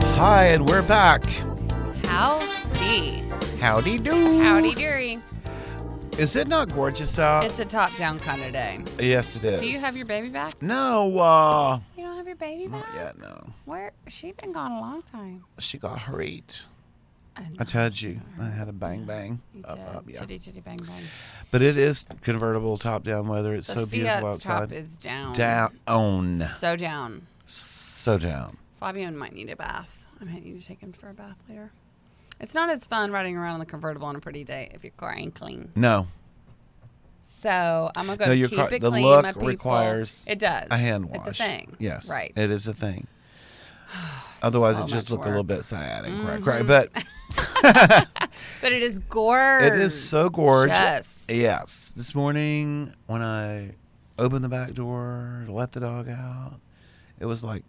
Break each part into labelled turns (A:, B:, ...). A: hi, and we're back.
B: Howdy.
A: Howdy do.
B: Howdy dory.
A: Is it not gorgeous out?
B: It's a top down kind of day.
A: Uh, yes, it is.
B: Do you have your baby back?
A: No, uh,
B: You don't have your baby back?
A: not yet, no.
B: Where she been gone a long time.
A: She got hurried.
B: I
A: I told you. I had a bang bang.
B: You
A: Up,
B: did.
A: up, Uh, yeah.
B: Chitty chitty bang bang.
A: But it is convertible top down weather. It's
B: The
A: so beautiful
B: Fiat's top
A: outside.
B: is down.
A: Down. on.
B: So down.
A: So down.
B: Fabian might need a bath. I might need to take him for a bath later. It's not as fun riding around in the convertible on a pretty day if your car ain't clean.
A: No,
B: So I'm gonna go
A: No, your
B: keep
A: car-
B: it
A: the
B: clean.
A: look
B: my people.
A: requires
B: it does
A: a hand wash.
B: It's a thing.
A: Yes.
B: Right.
A: It is a thing. Otherwise,
B: So
A: it just
B: much
A: look a little
B: work. Mm-hmm.
A: bit sad and cray cray. But
B: but it is gorgeous.
A: it is so gorgeous.
B: Yes.
A: Yes. This morning, when I opened the back door to let the dog out, it was like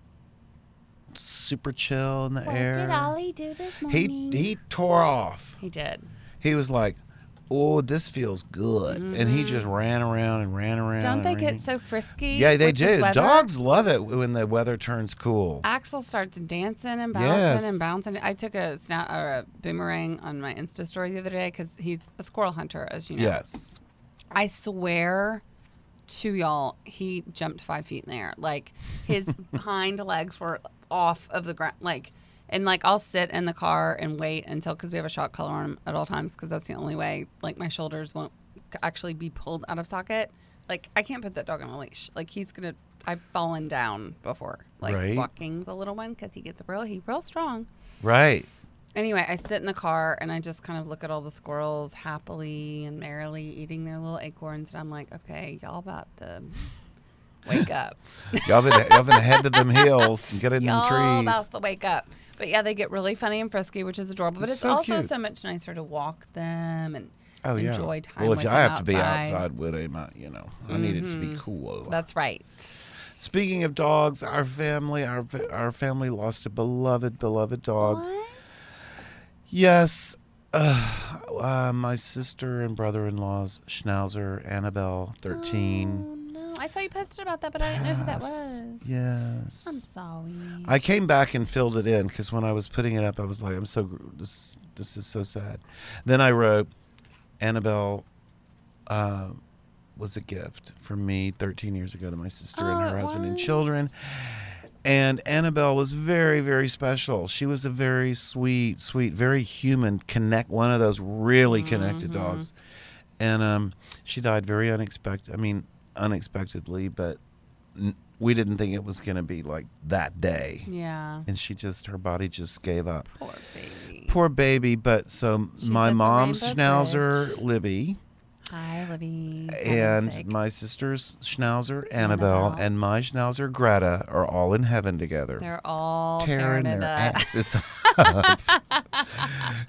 A: super chill in the air.
B: do this
A: he he tore off.
B: He did.
A: He was like, "Oh, this feels good," and he just ran around and ran around.
B: Don't
A: and
B: they
A: ran
B: get
A: around.
B: so frisky?
A: Yeah, they
B: with this
A: do.
B: weather?
A: Dogs love it when the weather turns cool.
B: Axel starts dancing and bouncing
A: Yes.
B: and bouncing. I took a snap or a boomerang on my Insta story the other day because he's a squirrel hunter, as you know.
A: Yes.
B: I swear to y'all, he jumped five feet in the air. Like his hind legs were off of the ground. Like, and like I'll sit in the car and wait until because we have a shock collar on him at all times because that's the only way. Like my shoulders won't actually be pulled out of socket. Like I can't put that dog on a leash. Like he's gonna. I've fallen down before, like
A: Right.
B: walking the little one because he gets real. He real strong
A: Right.
B: anyway, I sit in the car and I just kind of look at all the squirrels happily and merrily eating their little acorns, and I'm like, okay, y'all about to wake up.
A: Y'all been, y'all been head to them hills and get in them
B: y'all
A: trees.
B: about to wake up. But yeah, they get really funny and frisky, which is adorable. But
A: It's
B: it's,
A: so
B: also
A: cute.
B: so much nicer to walk them and
A: Oh yeah.
B: enjoy time.
A: well, if
B: with
A: I
B: them
A: have to be
B: outside. Mm-hmm.
A: outside with him, I, you know, I need it to be cool.
B: That's right.
A: Speaking of dogs, our family, our fa- our family lost a beloved, beloved dog. Yes. Uh, uh, my sister and brother-in-law's Schnauzer, Annabelle,
B: Oh,
A: thirteen.
B: no. I saw you posted about that, but I didn't know who that was.
A: Yes. Yes.
B: I'm sorry.
A: I came back and filled it in because when I was putting it up, I was like, "I'm so gr- this this is so sad." Then I wrote, "Annabelle uh, was a gift from me 13 years ago to my sister
B: Oh,
A: and her
B: it
A: husband and
B: was.
A: children." And Annabelle was very, very special. She was a very sweet, sweet, very human connect. One of those really connected dogs, and um, she died very unexpected. I mean, unexpectedly, but n- we didn't think it was going to be like that day
B: yeah.
A: and she just her body just gave up
B: Poor baby.
A: poor baby but so
B: She's at
A: my
B: the
A: mom's
B: Rainbow
A: schnauzer libby
B: Hi, Libby.
A: and
B: Fantastic.
A: my sister's schnauzer annabelle,
B: Annabelle.
A: and my schnauzer greta are all in heaven together
B: They're all
A: tearing
B: tearing,
A: their
B: it up.
A: asses up.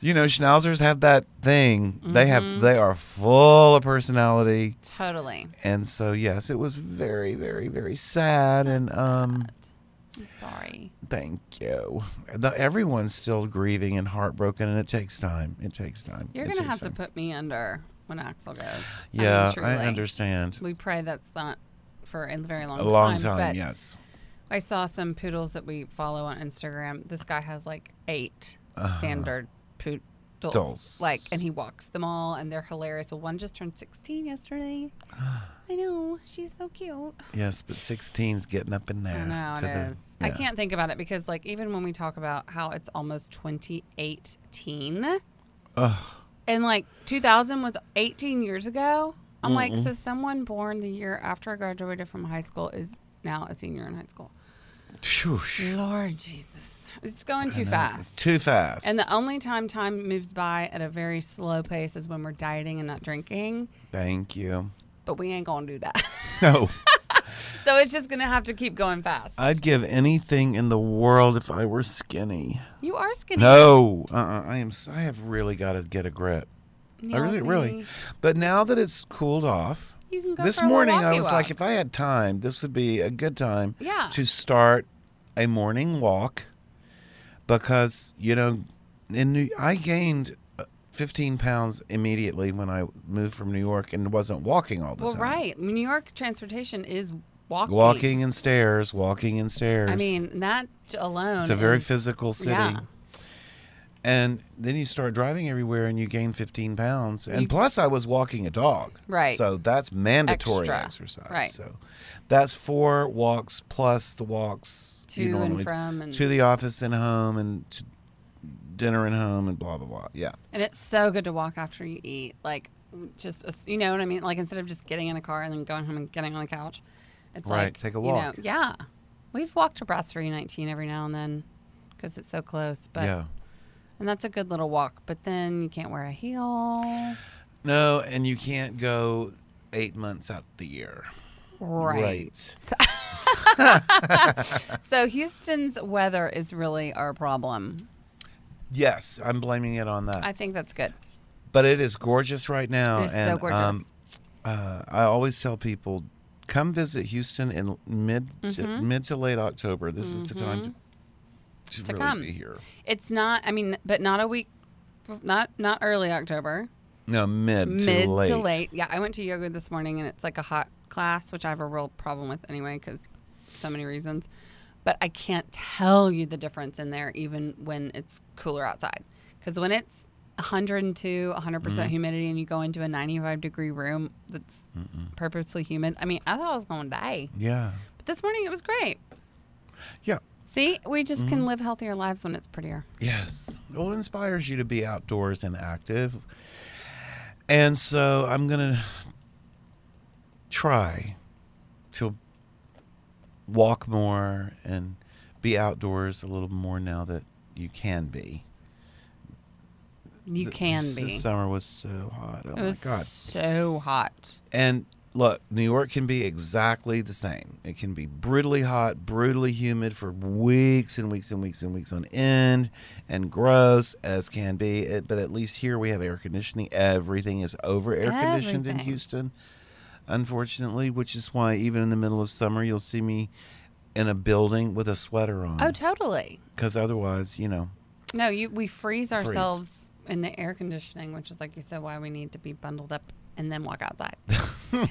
A: you know schnauzers have that thing they
B: Mm-hmm.
A: have they are full of personality
B: Totally.
A: and so yes it was very very very sad and um
B: I'm sorry.
A: Thank you. The, everyone's still grieving and heartbroken, and it takes time. It takes time.
B: You're
A: It
B: gonna
A: takes
B: have to
A: time.
B: put me under when Axel goes.
A: Yeah,
B: mean,
A: I
B: truly.
A: understand.
B: We pray that's not for a very long
A: A long time,
B: time. but
A: yes.
B: I saw some poodles that we follow on Instagram. This guy has like 8 standard
A: Uh-huh.
B: poodles.
A: Dolls.
B: Like, and he walks them all, and they're hilarious. Well, one just turned 16 yesterday. I know. She's so cute.
A: Yes, but 16's getting up in there.
B: I know it
A: to
B: is.
A: the-
B: I
A: yeah.
B: can't think about it because, like, even when we talk about how it's almost 2018,
A: Ugh.
B: and like 2000 was 18 years ago, I'm like, so someone born the year after I graduated from high school is now a senior in high school.
A: Phew.
B: Lord Jesus, it's going too fast.
A: Too fast.
B: Mm. and the only time time moves by at a very slow pace is when we're dieting and not drinking.
A: Thank you.
B: But we ain't gonna do that.
A: No,
B: so it's just gonna have to keep going fast.
A: I'd give anything in the world if I were skinny.
B: you are skinny.
A: No, uh-uh, I am. s- I have really got to get a grip. I really, really.
B: Yahtzee.
A: But now that it's cooled off,
B: You can go
A: this
B: for a little
A: morning
B: walk
A: I
B: you
A: was
B: walk.
A: like, if I had time, this would be a good time
B: Yeah.
A: to start a morning walk because you know, in New, I gained uh, 15 pounds immediately when I moved from New York and wasn't walking all the
B: Well,
A: time.
B: right. New York transportation is walking.
A: Walking in stairs, walking in stairs.
B: I mean, that j- alone.
A: it's a very
B: is-
A: physical city.
B: yeah.
A: And then you start driving everywhere and you gain 15 pounds. And
B: You-
A: plus, I was walking a dog.
B: Right.
A: So that's mandatory
B: Extra.
A: exercise.
B: Right.
A: So that's four walks plus the walks you
B: To
A: normally-
B: and from, and,
A: to the office and home and to dinner and home and blah, blah, blah. Yeah.
B: and it's so good to walk after you eat. Like, just as- you know what I mean. Like instead of just getting in a car and then going home and getting on the couch, it's
A: Right,
B: like
A: take a
B: you
A: walk.
B: know, yeah, we've walked to Brasserie 19 every now and then because it's so close. But
A: yeah.
B: and that's a good little walk. But then you can't wear a heel.
A: No, and you can't go eight months out the year.
B: Right. So Houston's weather is really our problem.
A: Yes, I'm blaming it on that.
B: I think that's good.
A: but it is gorgeous right now.
B: It is so
A: and,
B: gorgeous.
A: Um, uh, I always tell people, come visit Houston in mid
B: Mm-hmm.
A: to, mid to late October. This is the time to, to,
B: To
A: really
B: come.
A: be here.
B: It's not. I mean, but not a week. Not not early October.
A: No, mid,
B: mid
A: to late.
B: to late. Yeah, I went to yoga this morning and it's like a hot class, which I have a real problem with anyway because so many reasons. But I can't tell you the difference in there even when it's cooler outside. Because when it's 102, 100%
A: Mm-hmm.
B: percent humidity and you go into a 95 degree room that's purposely humid, I mean, I thought I was going to die.
A: Yeah,
B: But this morning it was great.
A: yeah,
B: See, we just
A: Mm-hmm.
B: can live healthier lives when it's prettier.
A: yes. Well, it inspires you to be outdoors and active. And so I'm gonna try to walk more and be outdoors a little more now that you can be.
B: You
A: Th-
B: can
A: this-
B: be.
A: This summer was so hot. Oh
B: it was
A: my god!
B: so hot.
A: And look, New York can be exactly the same. It can be brutally hot, brutally humid for weeks and weeks and weeks and weeks on end, and gross as can be. It- But at least here we have air conditioning. Everything is over air conditioned in
B: Everything.
A: Houston, unfortunately, which is why even in the middle of summer you'll see me in a building with a sweater
B: Oh,
A: on
B: totally.
A: because otherwise, you know,
B: No, you we freeze ourselves in the air conditioning, which is like you said, why we need to be bundled up and then walk outside.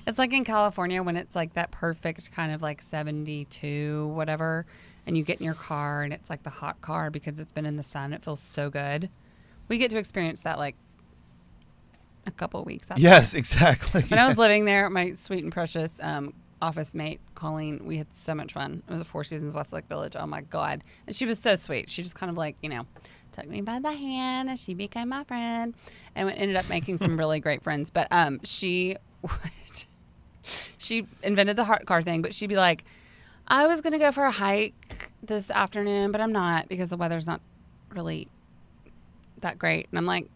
B: it's like in California when it's like that perfect kind of like 72, whatever, and you get in your car and it's like the hot car because it's been in the sun. It feels so good. We get to experience that like a couple weeks. After.
A: yes, exactly.
B: When I was living there, my sweet and precious um, office mate, Colleen, we had so much fun. It was a Four Seasons Westlake Village. Oh my God. And she was so sweet. She just kind of like, you know, took me by the hand and she became my friend and we ended up making some really great friends. But um, she would she invented the heart car thing, but she'd be like, I was going to go for a hike this afternoon, but I'm not because the weather's not really that great. And I'm like,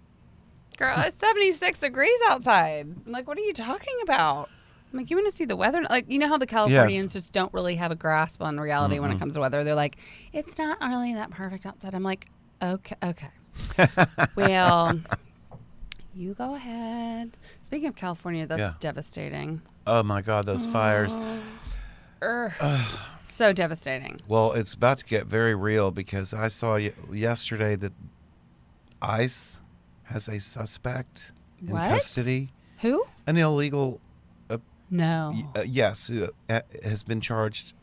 B: girl, it's 76 degrees outside. I'm like, what are you talking about? I'm like, you want to see the weather? Like, you know how the Californians just don't really have a grasp on reality when it comes to weather. They're like, it's not really that perfect outside. I'm like, okay, okay. well, you go ahead. Speaking of California, that's
A: Yeah.
B: devastating.
A: oh my God, those
B: Oh.
A: fires.
B: Ugh. so devastating.
A: Well, it's about to get very real because I saw y- yesterday that ICE has a suspect in
B: What?
A: custody,
B: Who?
A: an illegal.
B: No.
A: y- Uh, yes, who uh, has been charged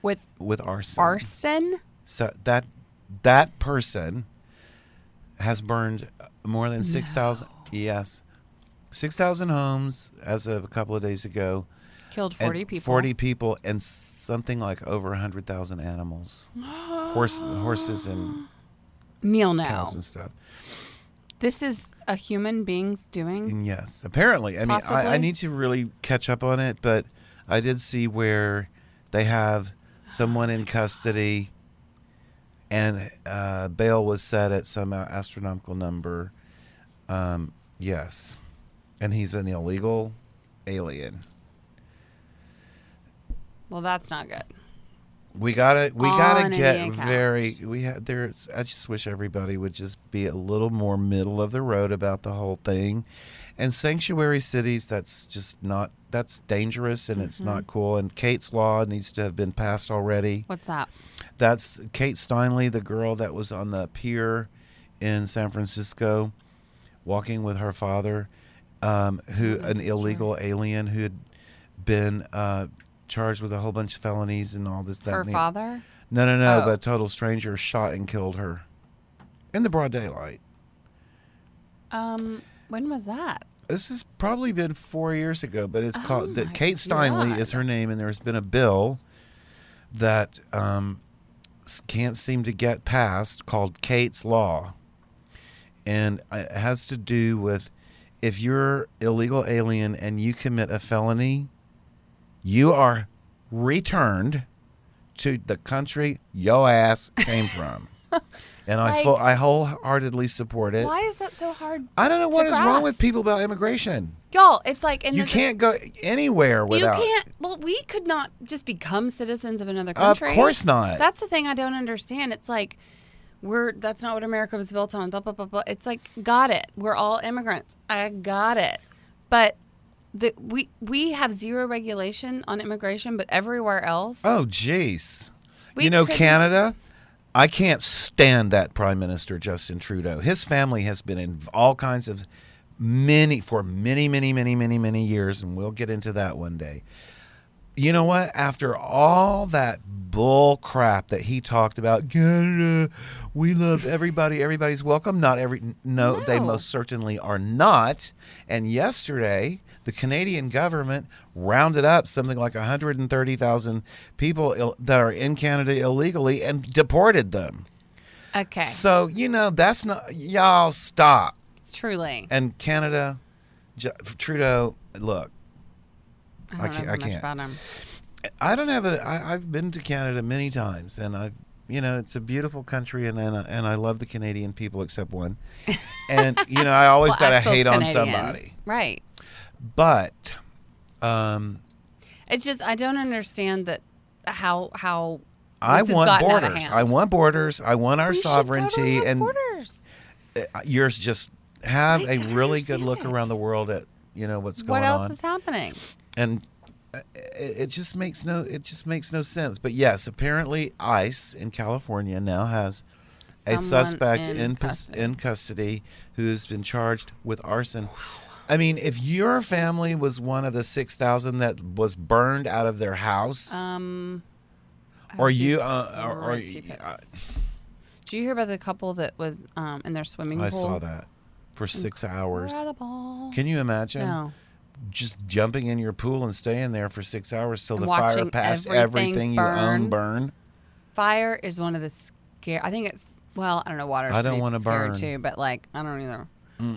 B: With
A: with arson.
B: arson?
A: So that that person has burned uh, more than six thousand. Yes, six thousand homes as of a couple of days ago.
B: Killed
A: and
B: 40 people.
A: Forty people and something like over hundred thousand animals, horse, horses and
B: Neil, no.
A: cows and stuff.
B: This is a human being's doing.
A: And yes, apparently. I mean, I, I
B: Possibly.
A: need to really catch up on it, but I did see where they have someone in custody, and uh, bail was set at some astronomical number. Um, yes, and he's an illegal alien.
B: Well, that's not good.
A: We gotta, we
B: On
A: gotta
B: an
A: get
B: Indian couch.
A: very. We have there's. I just wish everybody would just be a little more middle of the road about the whole thing, and sanctuary cities. That's just not. That's dangerous and it's not
B: Mm-hmm.
A: cool. And Kate's law needs to have been passed already.
B: What's that?
A: That's Kate Steinle, the girl that was on the pier in San Francisco, walking with her father, um, who
B: know
A: an
B: this
A: illegal alien who had been uh, charged with a whole bunch of felonies and all this that.
B: Her
A: and the-
B: father?
A: No, no, no.
B: Oh.
A: But a total stranger shot and killed her in the broad daylight.
B: Um, when was that?
A: This has probably been four years ago, but it's
B: Oh
A: called
B: my
A: that. Kate Steinle
B: God.
A: is her name, and there's been a bill that um, s- can't seem to get passed called Kate's Law, and uh, it has to do with if you're illegal alien and you commit a felony, you are returned to the country your ass came from. And I
B: Like-
A: full, I wholeheartedly support it.
B: Why is that so hard?
A: I don't know
B: to
A: what is wrong
B: grasp?
A: with people about immigration.
B: Y'all, it's like and
A: You
B: the-
A: can't go anywhere
B: You
A: without.
B: can't. Well, we could not just become citizens of another
A: Of
B: country.
A: course not.
B: That's the thing I don't understand. It's like we're that's not what America was built on. Blah blah blah blah. It's like got it. We're all immigrants. I got it. But the we we have zero regulation on immigration, but everywhere else,
A: oh, jeez.
B: We
A: You know,
B: couldn't-
A: Canada. I can't stand that Prime Minister Justin Trudeau. His family has been in all kinds of many for many, many, many, many, many years, and we'll get into that one day. You know what? After all that bull crap that he talked about, Canada, we love everybody, everybody's welcome. Not every no, they
B: No.
A: most certainly are not. And yesterday, the Canadian government rounded up something like 130,000 people Ill- that are in Canada illegally and deported them.
B: okay,
A: So, you know, that's not y'all stop.
B: truly.
A: And Canada Ju- Trudeau, look,
B: I
A: I
B: don't
A: can't-
B: know
A: I
B: I much
A: can't.
B: about 'em.
A: I don't have a. I, I've been to Canada many times, and I've you know it's a beautiful country, and and, I- and I love the Canadian people except one, and you know I always
B: Well,
A: got to
B: Axel's
A: hate on
B: Canadian.
A: somebody,
B: right?
A: but um,
B: It's just I don't understand that how how
A: I
B: this has
A: want
B: gotten out of
A: borders.
B: hand.
A: I want borders. I want our
B: We should totally
A: sovereignty,
B: have
A: and
B: borders.
A: uh, yours just have
B: I
A: a
B: don't
A: really good look
B: understand it.
A: around the world at you know what's going
B: What else
A: on,
B: is happening?
A: and uh, it, it just makes no it just makes no sense. But yes, apparently ICE in California now has a
B: Someone
A: suspect in pos-
B: custody.
A: in custody who's been charged with arson. I mean, if your family was one of the 6,000 that was burned out of their house
B: Um, I'd
A: or
B: be
A: you uh, or, or
B: pretty pissed. Did you hear about the couple that was um, in their swimming pool?
A: I saw that for 6 hours.
B: Incredible.
A: Can you imagine
B: no.
A: just jumping in your pool and staying there for 6 hours till
B: And
A: the fire
B: watching
A: passed
B: everything
A: everything you own burn?
B: Fire is one of the scare. I think it's well, I don't know. Water.
A: I don't wanna
B: want to
A: burn.
B: too, but like I don't either.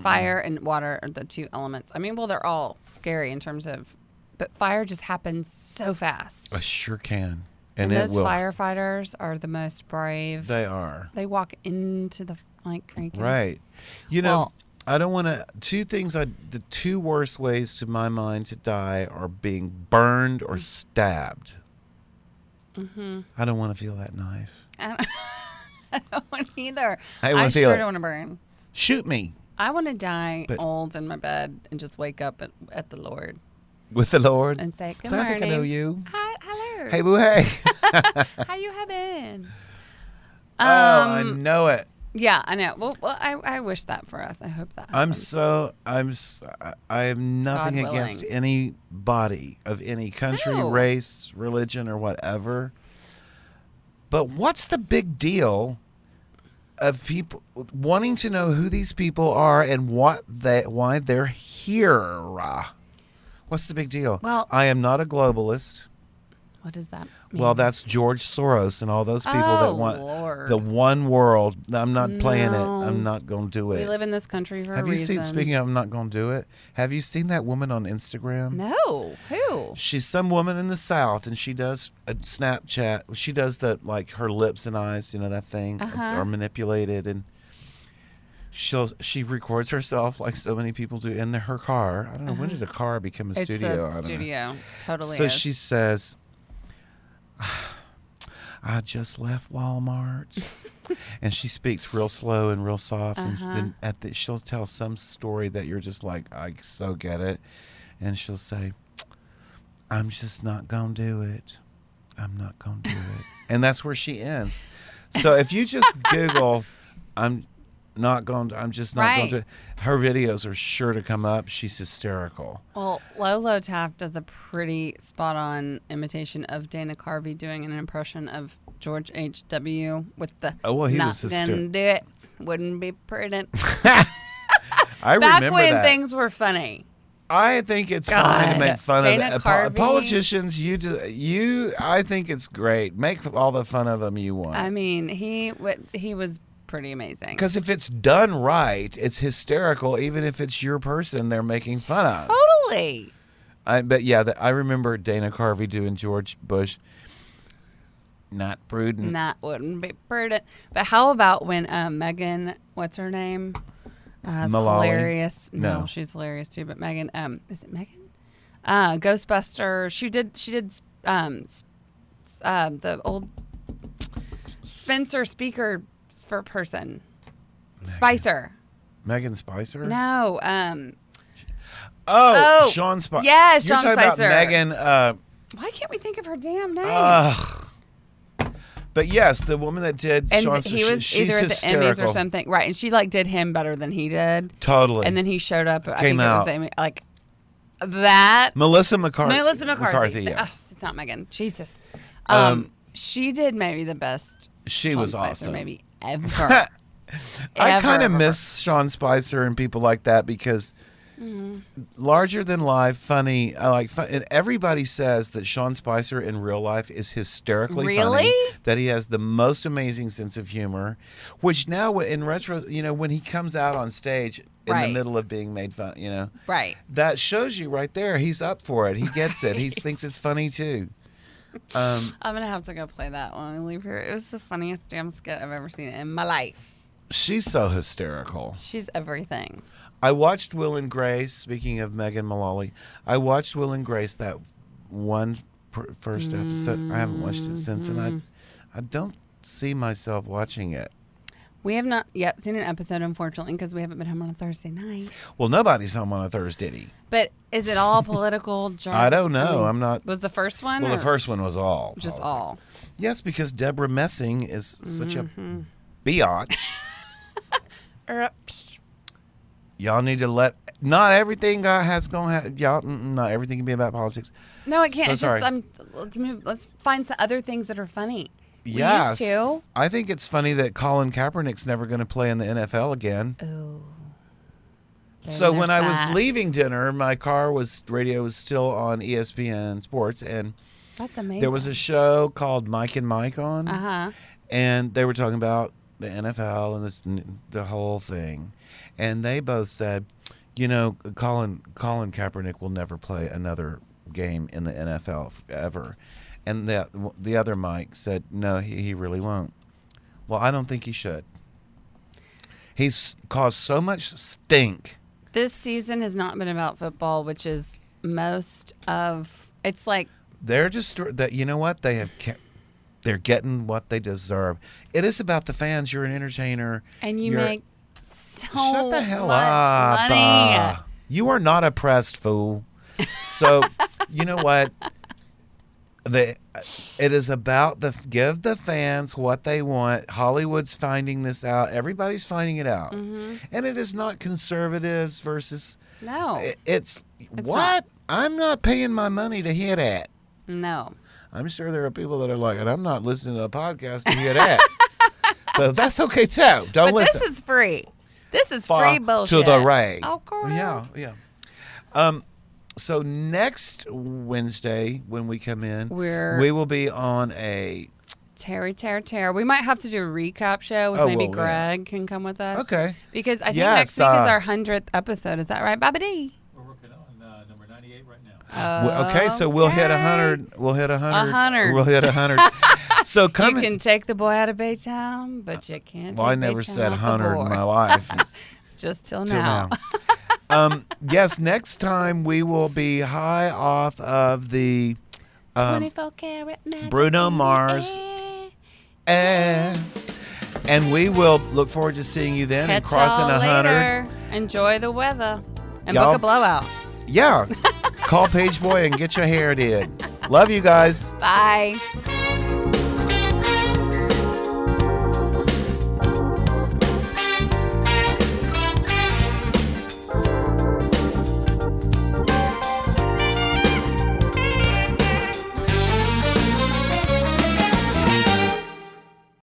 B: Fire and water are the two elements. I mean, well, they're all scary in terms of, but fire just happens so fast.
A: I sure can. And,
B: and
A: it
B: those
A: will.
B: firefighters are the most brave.
A: they are.
B: they walk into the like creek. and-
A: Right. You know,
B: Well-
A: I don't want to. Two things I. The two worst ways to my mind to die are being burned
B: Mm.
A: or stabbed. Mm-hmm. I don't want to feel that knife.
B: I don't, I don't want either.
A: I
B: I,
A: wanna feel
B: sure
A: it.
B: don't want to burn.
A: Shoot me
B: I want to die
A: But-
B: old in my bed and just wake up at, at the Lord
A: with the Lord.
B: and say, "Good
A: So I
B: morning."
A: think I know you.
B: Hi, hello.
A: Hey, boo, hey.
B: how you have been? Um,
A: oh, I know it.
B: yeah, I know. Well, well I, I wish that for us. I hope that.
A: I'm
B: happens.
A: so. I'm. s- I- I am nothing
B: God
A: against
B: willing.
A: any body of any country,
B: No.
A: race, religion, or whatever. But what's the big deal of people wanting to know who these people are and what they why they're here? What's the big deal?
B: Well-
A: I am not a globalist.
B: What does that mean?
A: Well, that's George Soros and all those people
B: Oh,
A: that want
B: Lord.
A: the one world. I'm not playing
B: No.
A: it. I'm not going to do it.
B: we live in this country for
A: Have
B: a
A: you
B: reason.
A: seen? Speaking of, I'm not going to do it. Have you seen that woman on Instagram?
B: No, who?
A: She's some woman in the South, and she does a Snapchat. She does the like her lips and eyes, you know that thing, it's-
B: Uh-huh.
A: are manipulated, and she'll she records herself like so many people do in the, her car. I don't know when did a car become a
B: Uh-huh. It's
A: studio. I
B: a
A: don't know.
B: studio. Totally.
A: So
B: is.
A: she says, I just left Walmart. and she speaks real slow and real soft.
B: Uh-huh.
A: And then at the, she'll tell some story that you're just like, I so get it. And she'll say, I'm just not going to do it. I'm not going to do it. and that's where she ends. So if you just Google, I'm not going to, I'm just not going
B: Right.
A: to. Her videos are sure to come up. She's hysterical.
B: Well, Lolo Taft does a pretty spot on imitation of Dana Carvey doing an impression of George H.W. with the
A: Oh, well, he
B: not
A: was hyster-
B: gonna do it. Wouldn't be prudent.
A: I
B: Back
A: remember
B: when
A: that.
B: things were funny.
A: I think it's fine to
B: God.
A: make fun
B: Dana
A: of the, po-
B: Carvey.
A: politicians. You do, you. I think it's great. Make all the fun of them you
B: I
A: want.
B: mean, he w- he was pretty amazing.
A: Because if it's done right, it's hysterical. Even if it's your person they're making fun of.
B: Oh. Totally.
A: I, but yeah, the, I remember Dana Carvey doing George Bush. Not prudent.
B: That Mm. wouldn't be prudent. But how about when uh, Megan, what's her name? Uh,
A: Mullally?
B: Hilarious. No.
A: No.
B: she's hilarious too. But Megan, um, is it Megan? Uh, Ghostbuster. She did. She did. Um, s- s- uh, the old Spencer speaker for person. Spicer.
A: Megan Spicer.
B: No. Um,
A: Oh,
B: Oh,
A: Sean Spicer.
B: yeah,
A: You're
B: Sean
A: talking about
B: Spicer.
A: Megan. Uh,
B: why can't we think of her damn name?
A: Ah, ugh. But yes, the woman that did
B: and
A: Sean
B: he
A: she-
B: was
A: she's
B: either at the
A: hysterical.
B: Emmys or something, right? And she like did him better than he did.
A: Totally.
B: and then he showed up. I
A: Came
B: think
A: out.
B: it was the, like that.
A: Melissa McCarthy.
B: Melissa McCarthy.
A: yeah.
B: Ugh, it's not Megan. Jesus. Um, she did maybe the best.
A: She
B: Sean
A: was
B: Spicer
A: awesome.
B: Maybe ever.
A: I kind
B: Ever.
A: of miss Sean Spicer and people like that because
B: Mm-hmm.
A: larger than life, funny. I like fun, and everybody says that Sean Spicer in real life is hysterically funny.
B: Really?
A: That he has the most amazing sense of humor, which now in retro, you know, when he comes out on stage in
B: Right.
A: the middle of being made fun, you know,
B: right.
A: that shows you right there he's up for it. He gets it. He thinks it's funny too. Um,
B: I'm gonna have to go play that when we leave here. It was the funniest damn skit I've ever seen in my life.
A: she's so hysterical.
B: She's everything.
A: I watched Will and Grace. Speaking of Megan Mullally, I watched Will and Grace that one pr- first episode. I haven't watched it since, and I,
B: Mm-hmm.
A: I don't see myself watching it.
B: We have not yet seen an episode, unfortunately, because we haven't been home on a Thursday night.
A: Well, nobody's home on a Thursday.
B: But is it all political? jargon?
A: I don't know.
B: mean,
A: I'm not.
B: Was the first one?
A: Well, the
B: or
A: first one was all
B: Just
A: politics.
B: all. Mm-hmm.
A: Yes, because Deborah Messing is such a biatch.
B: Er,
A: Y'all need to let. Not everything uh, has going. to Ha- y'all, mm, not everything can be about politics.
B: No, I
A: So
B: can't. it's
A: sorry.
B: just I'm, let's move. Let's find some other things that are funny. We used
A: Yes,
B: to.
A: I think it's funny that Colin Kaepernick's never going to play in the NFL again.
B: Oh.
A: So when I was leaving dinner, my car was radio was still on E ESPN Sports, and
B: that's amazing.
A: there was a show called Mike and Mike on,
B: uh huh.
A: and they were talking about the NFL and this n- the whole thing, and they both said, you know, Colin Colin Kaepernick will never play another game in the NFL f- ever, and the the other Mike said, no, he, he really won't. Well, I don't think he should. He's caused so much stink.
B: This season has not been about football, which is most of. It's like
A: They're just that you know what they have kept. They're getting what they deserve. It is about the fans. You're an entertainer,
B: and you
A: You're-
B: make so
A: shut the hell
B: much
A: up.
B: money.
A: uh, you are not oppressed, fool. So, you know what? The it is about the give the fans what they want. Hollywood's finding this out. Everybody's finding it out,
B: Mm-hmm.
A: and it is not conservatives versus.
B: No,
A: i- It's,
B: not.
A: what I'm not paying my money to hear that. oh,
B: no.
A: I'm sure there are people that are like, and I'm not listening to a podcast to hear that. but that's okay too. Don't
B: But
A: listen.
B: this is free. This is
A: Far
B: free bullshit.
A: to the right.
B: Oh, girl.
A: Yeah, yeah. Um, so next Wednesday when we come in,
B: We're-
A: we will be on a
B: Terry, Terry, Terry. We might have to do a recap show with
A: Oh,
B: maybe
A: well, yeah.
B: Greg can come with us.
A: okay.
B: Because I think
A: Yes,
B: next week
A: uh,
B: is our hundredth episode. Is that right, Baba D?
C: We're working on uh, number 98 right now.
A: w- Okay, so we'll hit a hundred. We'll hit a hundred.
B: 100.
A: We'll hit a hundred. so come.
B: You can take the boy out of Baytown, but you can't.
A: well, I
B: take
A: never
B: Baytown
A: said
B: off the
A: hundred in
B: board.
A: my life.
B: Just till
A: till
B: now.
A: now. um, yes, next time we will be high off of the um,
B: Twenty-four karat magic
A: Bruno
B: in the
A: Mars.
B: air.
A: eh, and we will look forward to seeing you then and
B: Catch
A: crossing
B: y'all
A: a hundred.
B: later. Enjoy the weather and
A: Y'all-
B: book a blowout.
A: Yeah, call Page Boy and get your hair did. Love you guys.
B: Bye.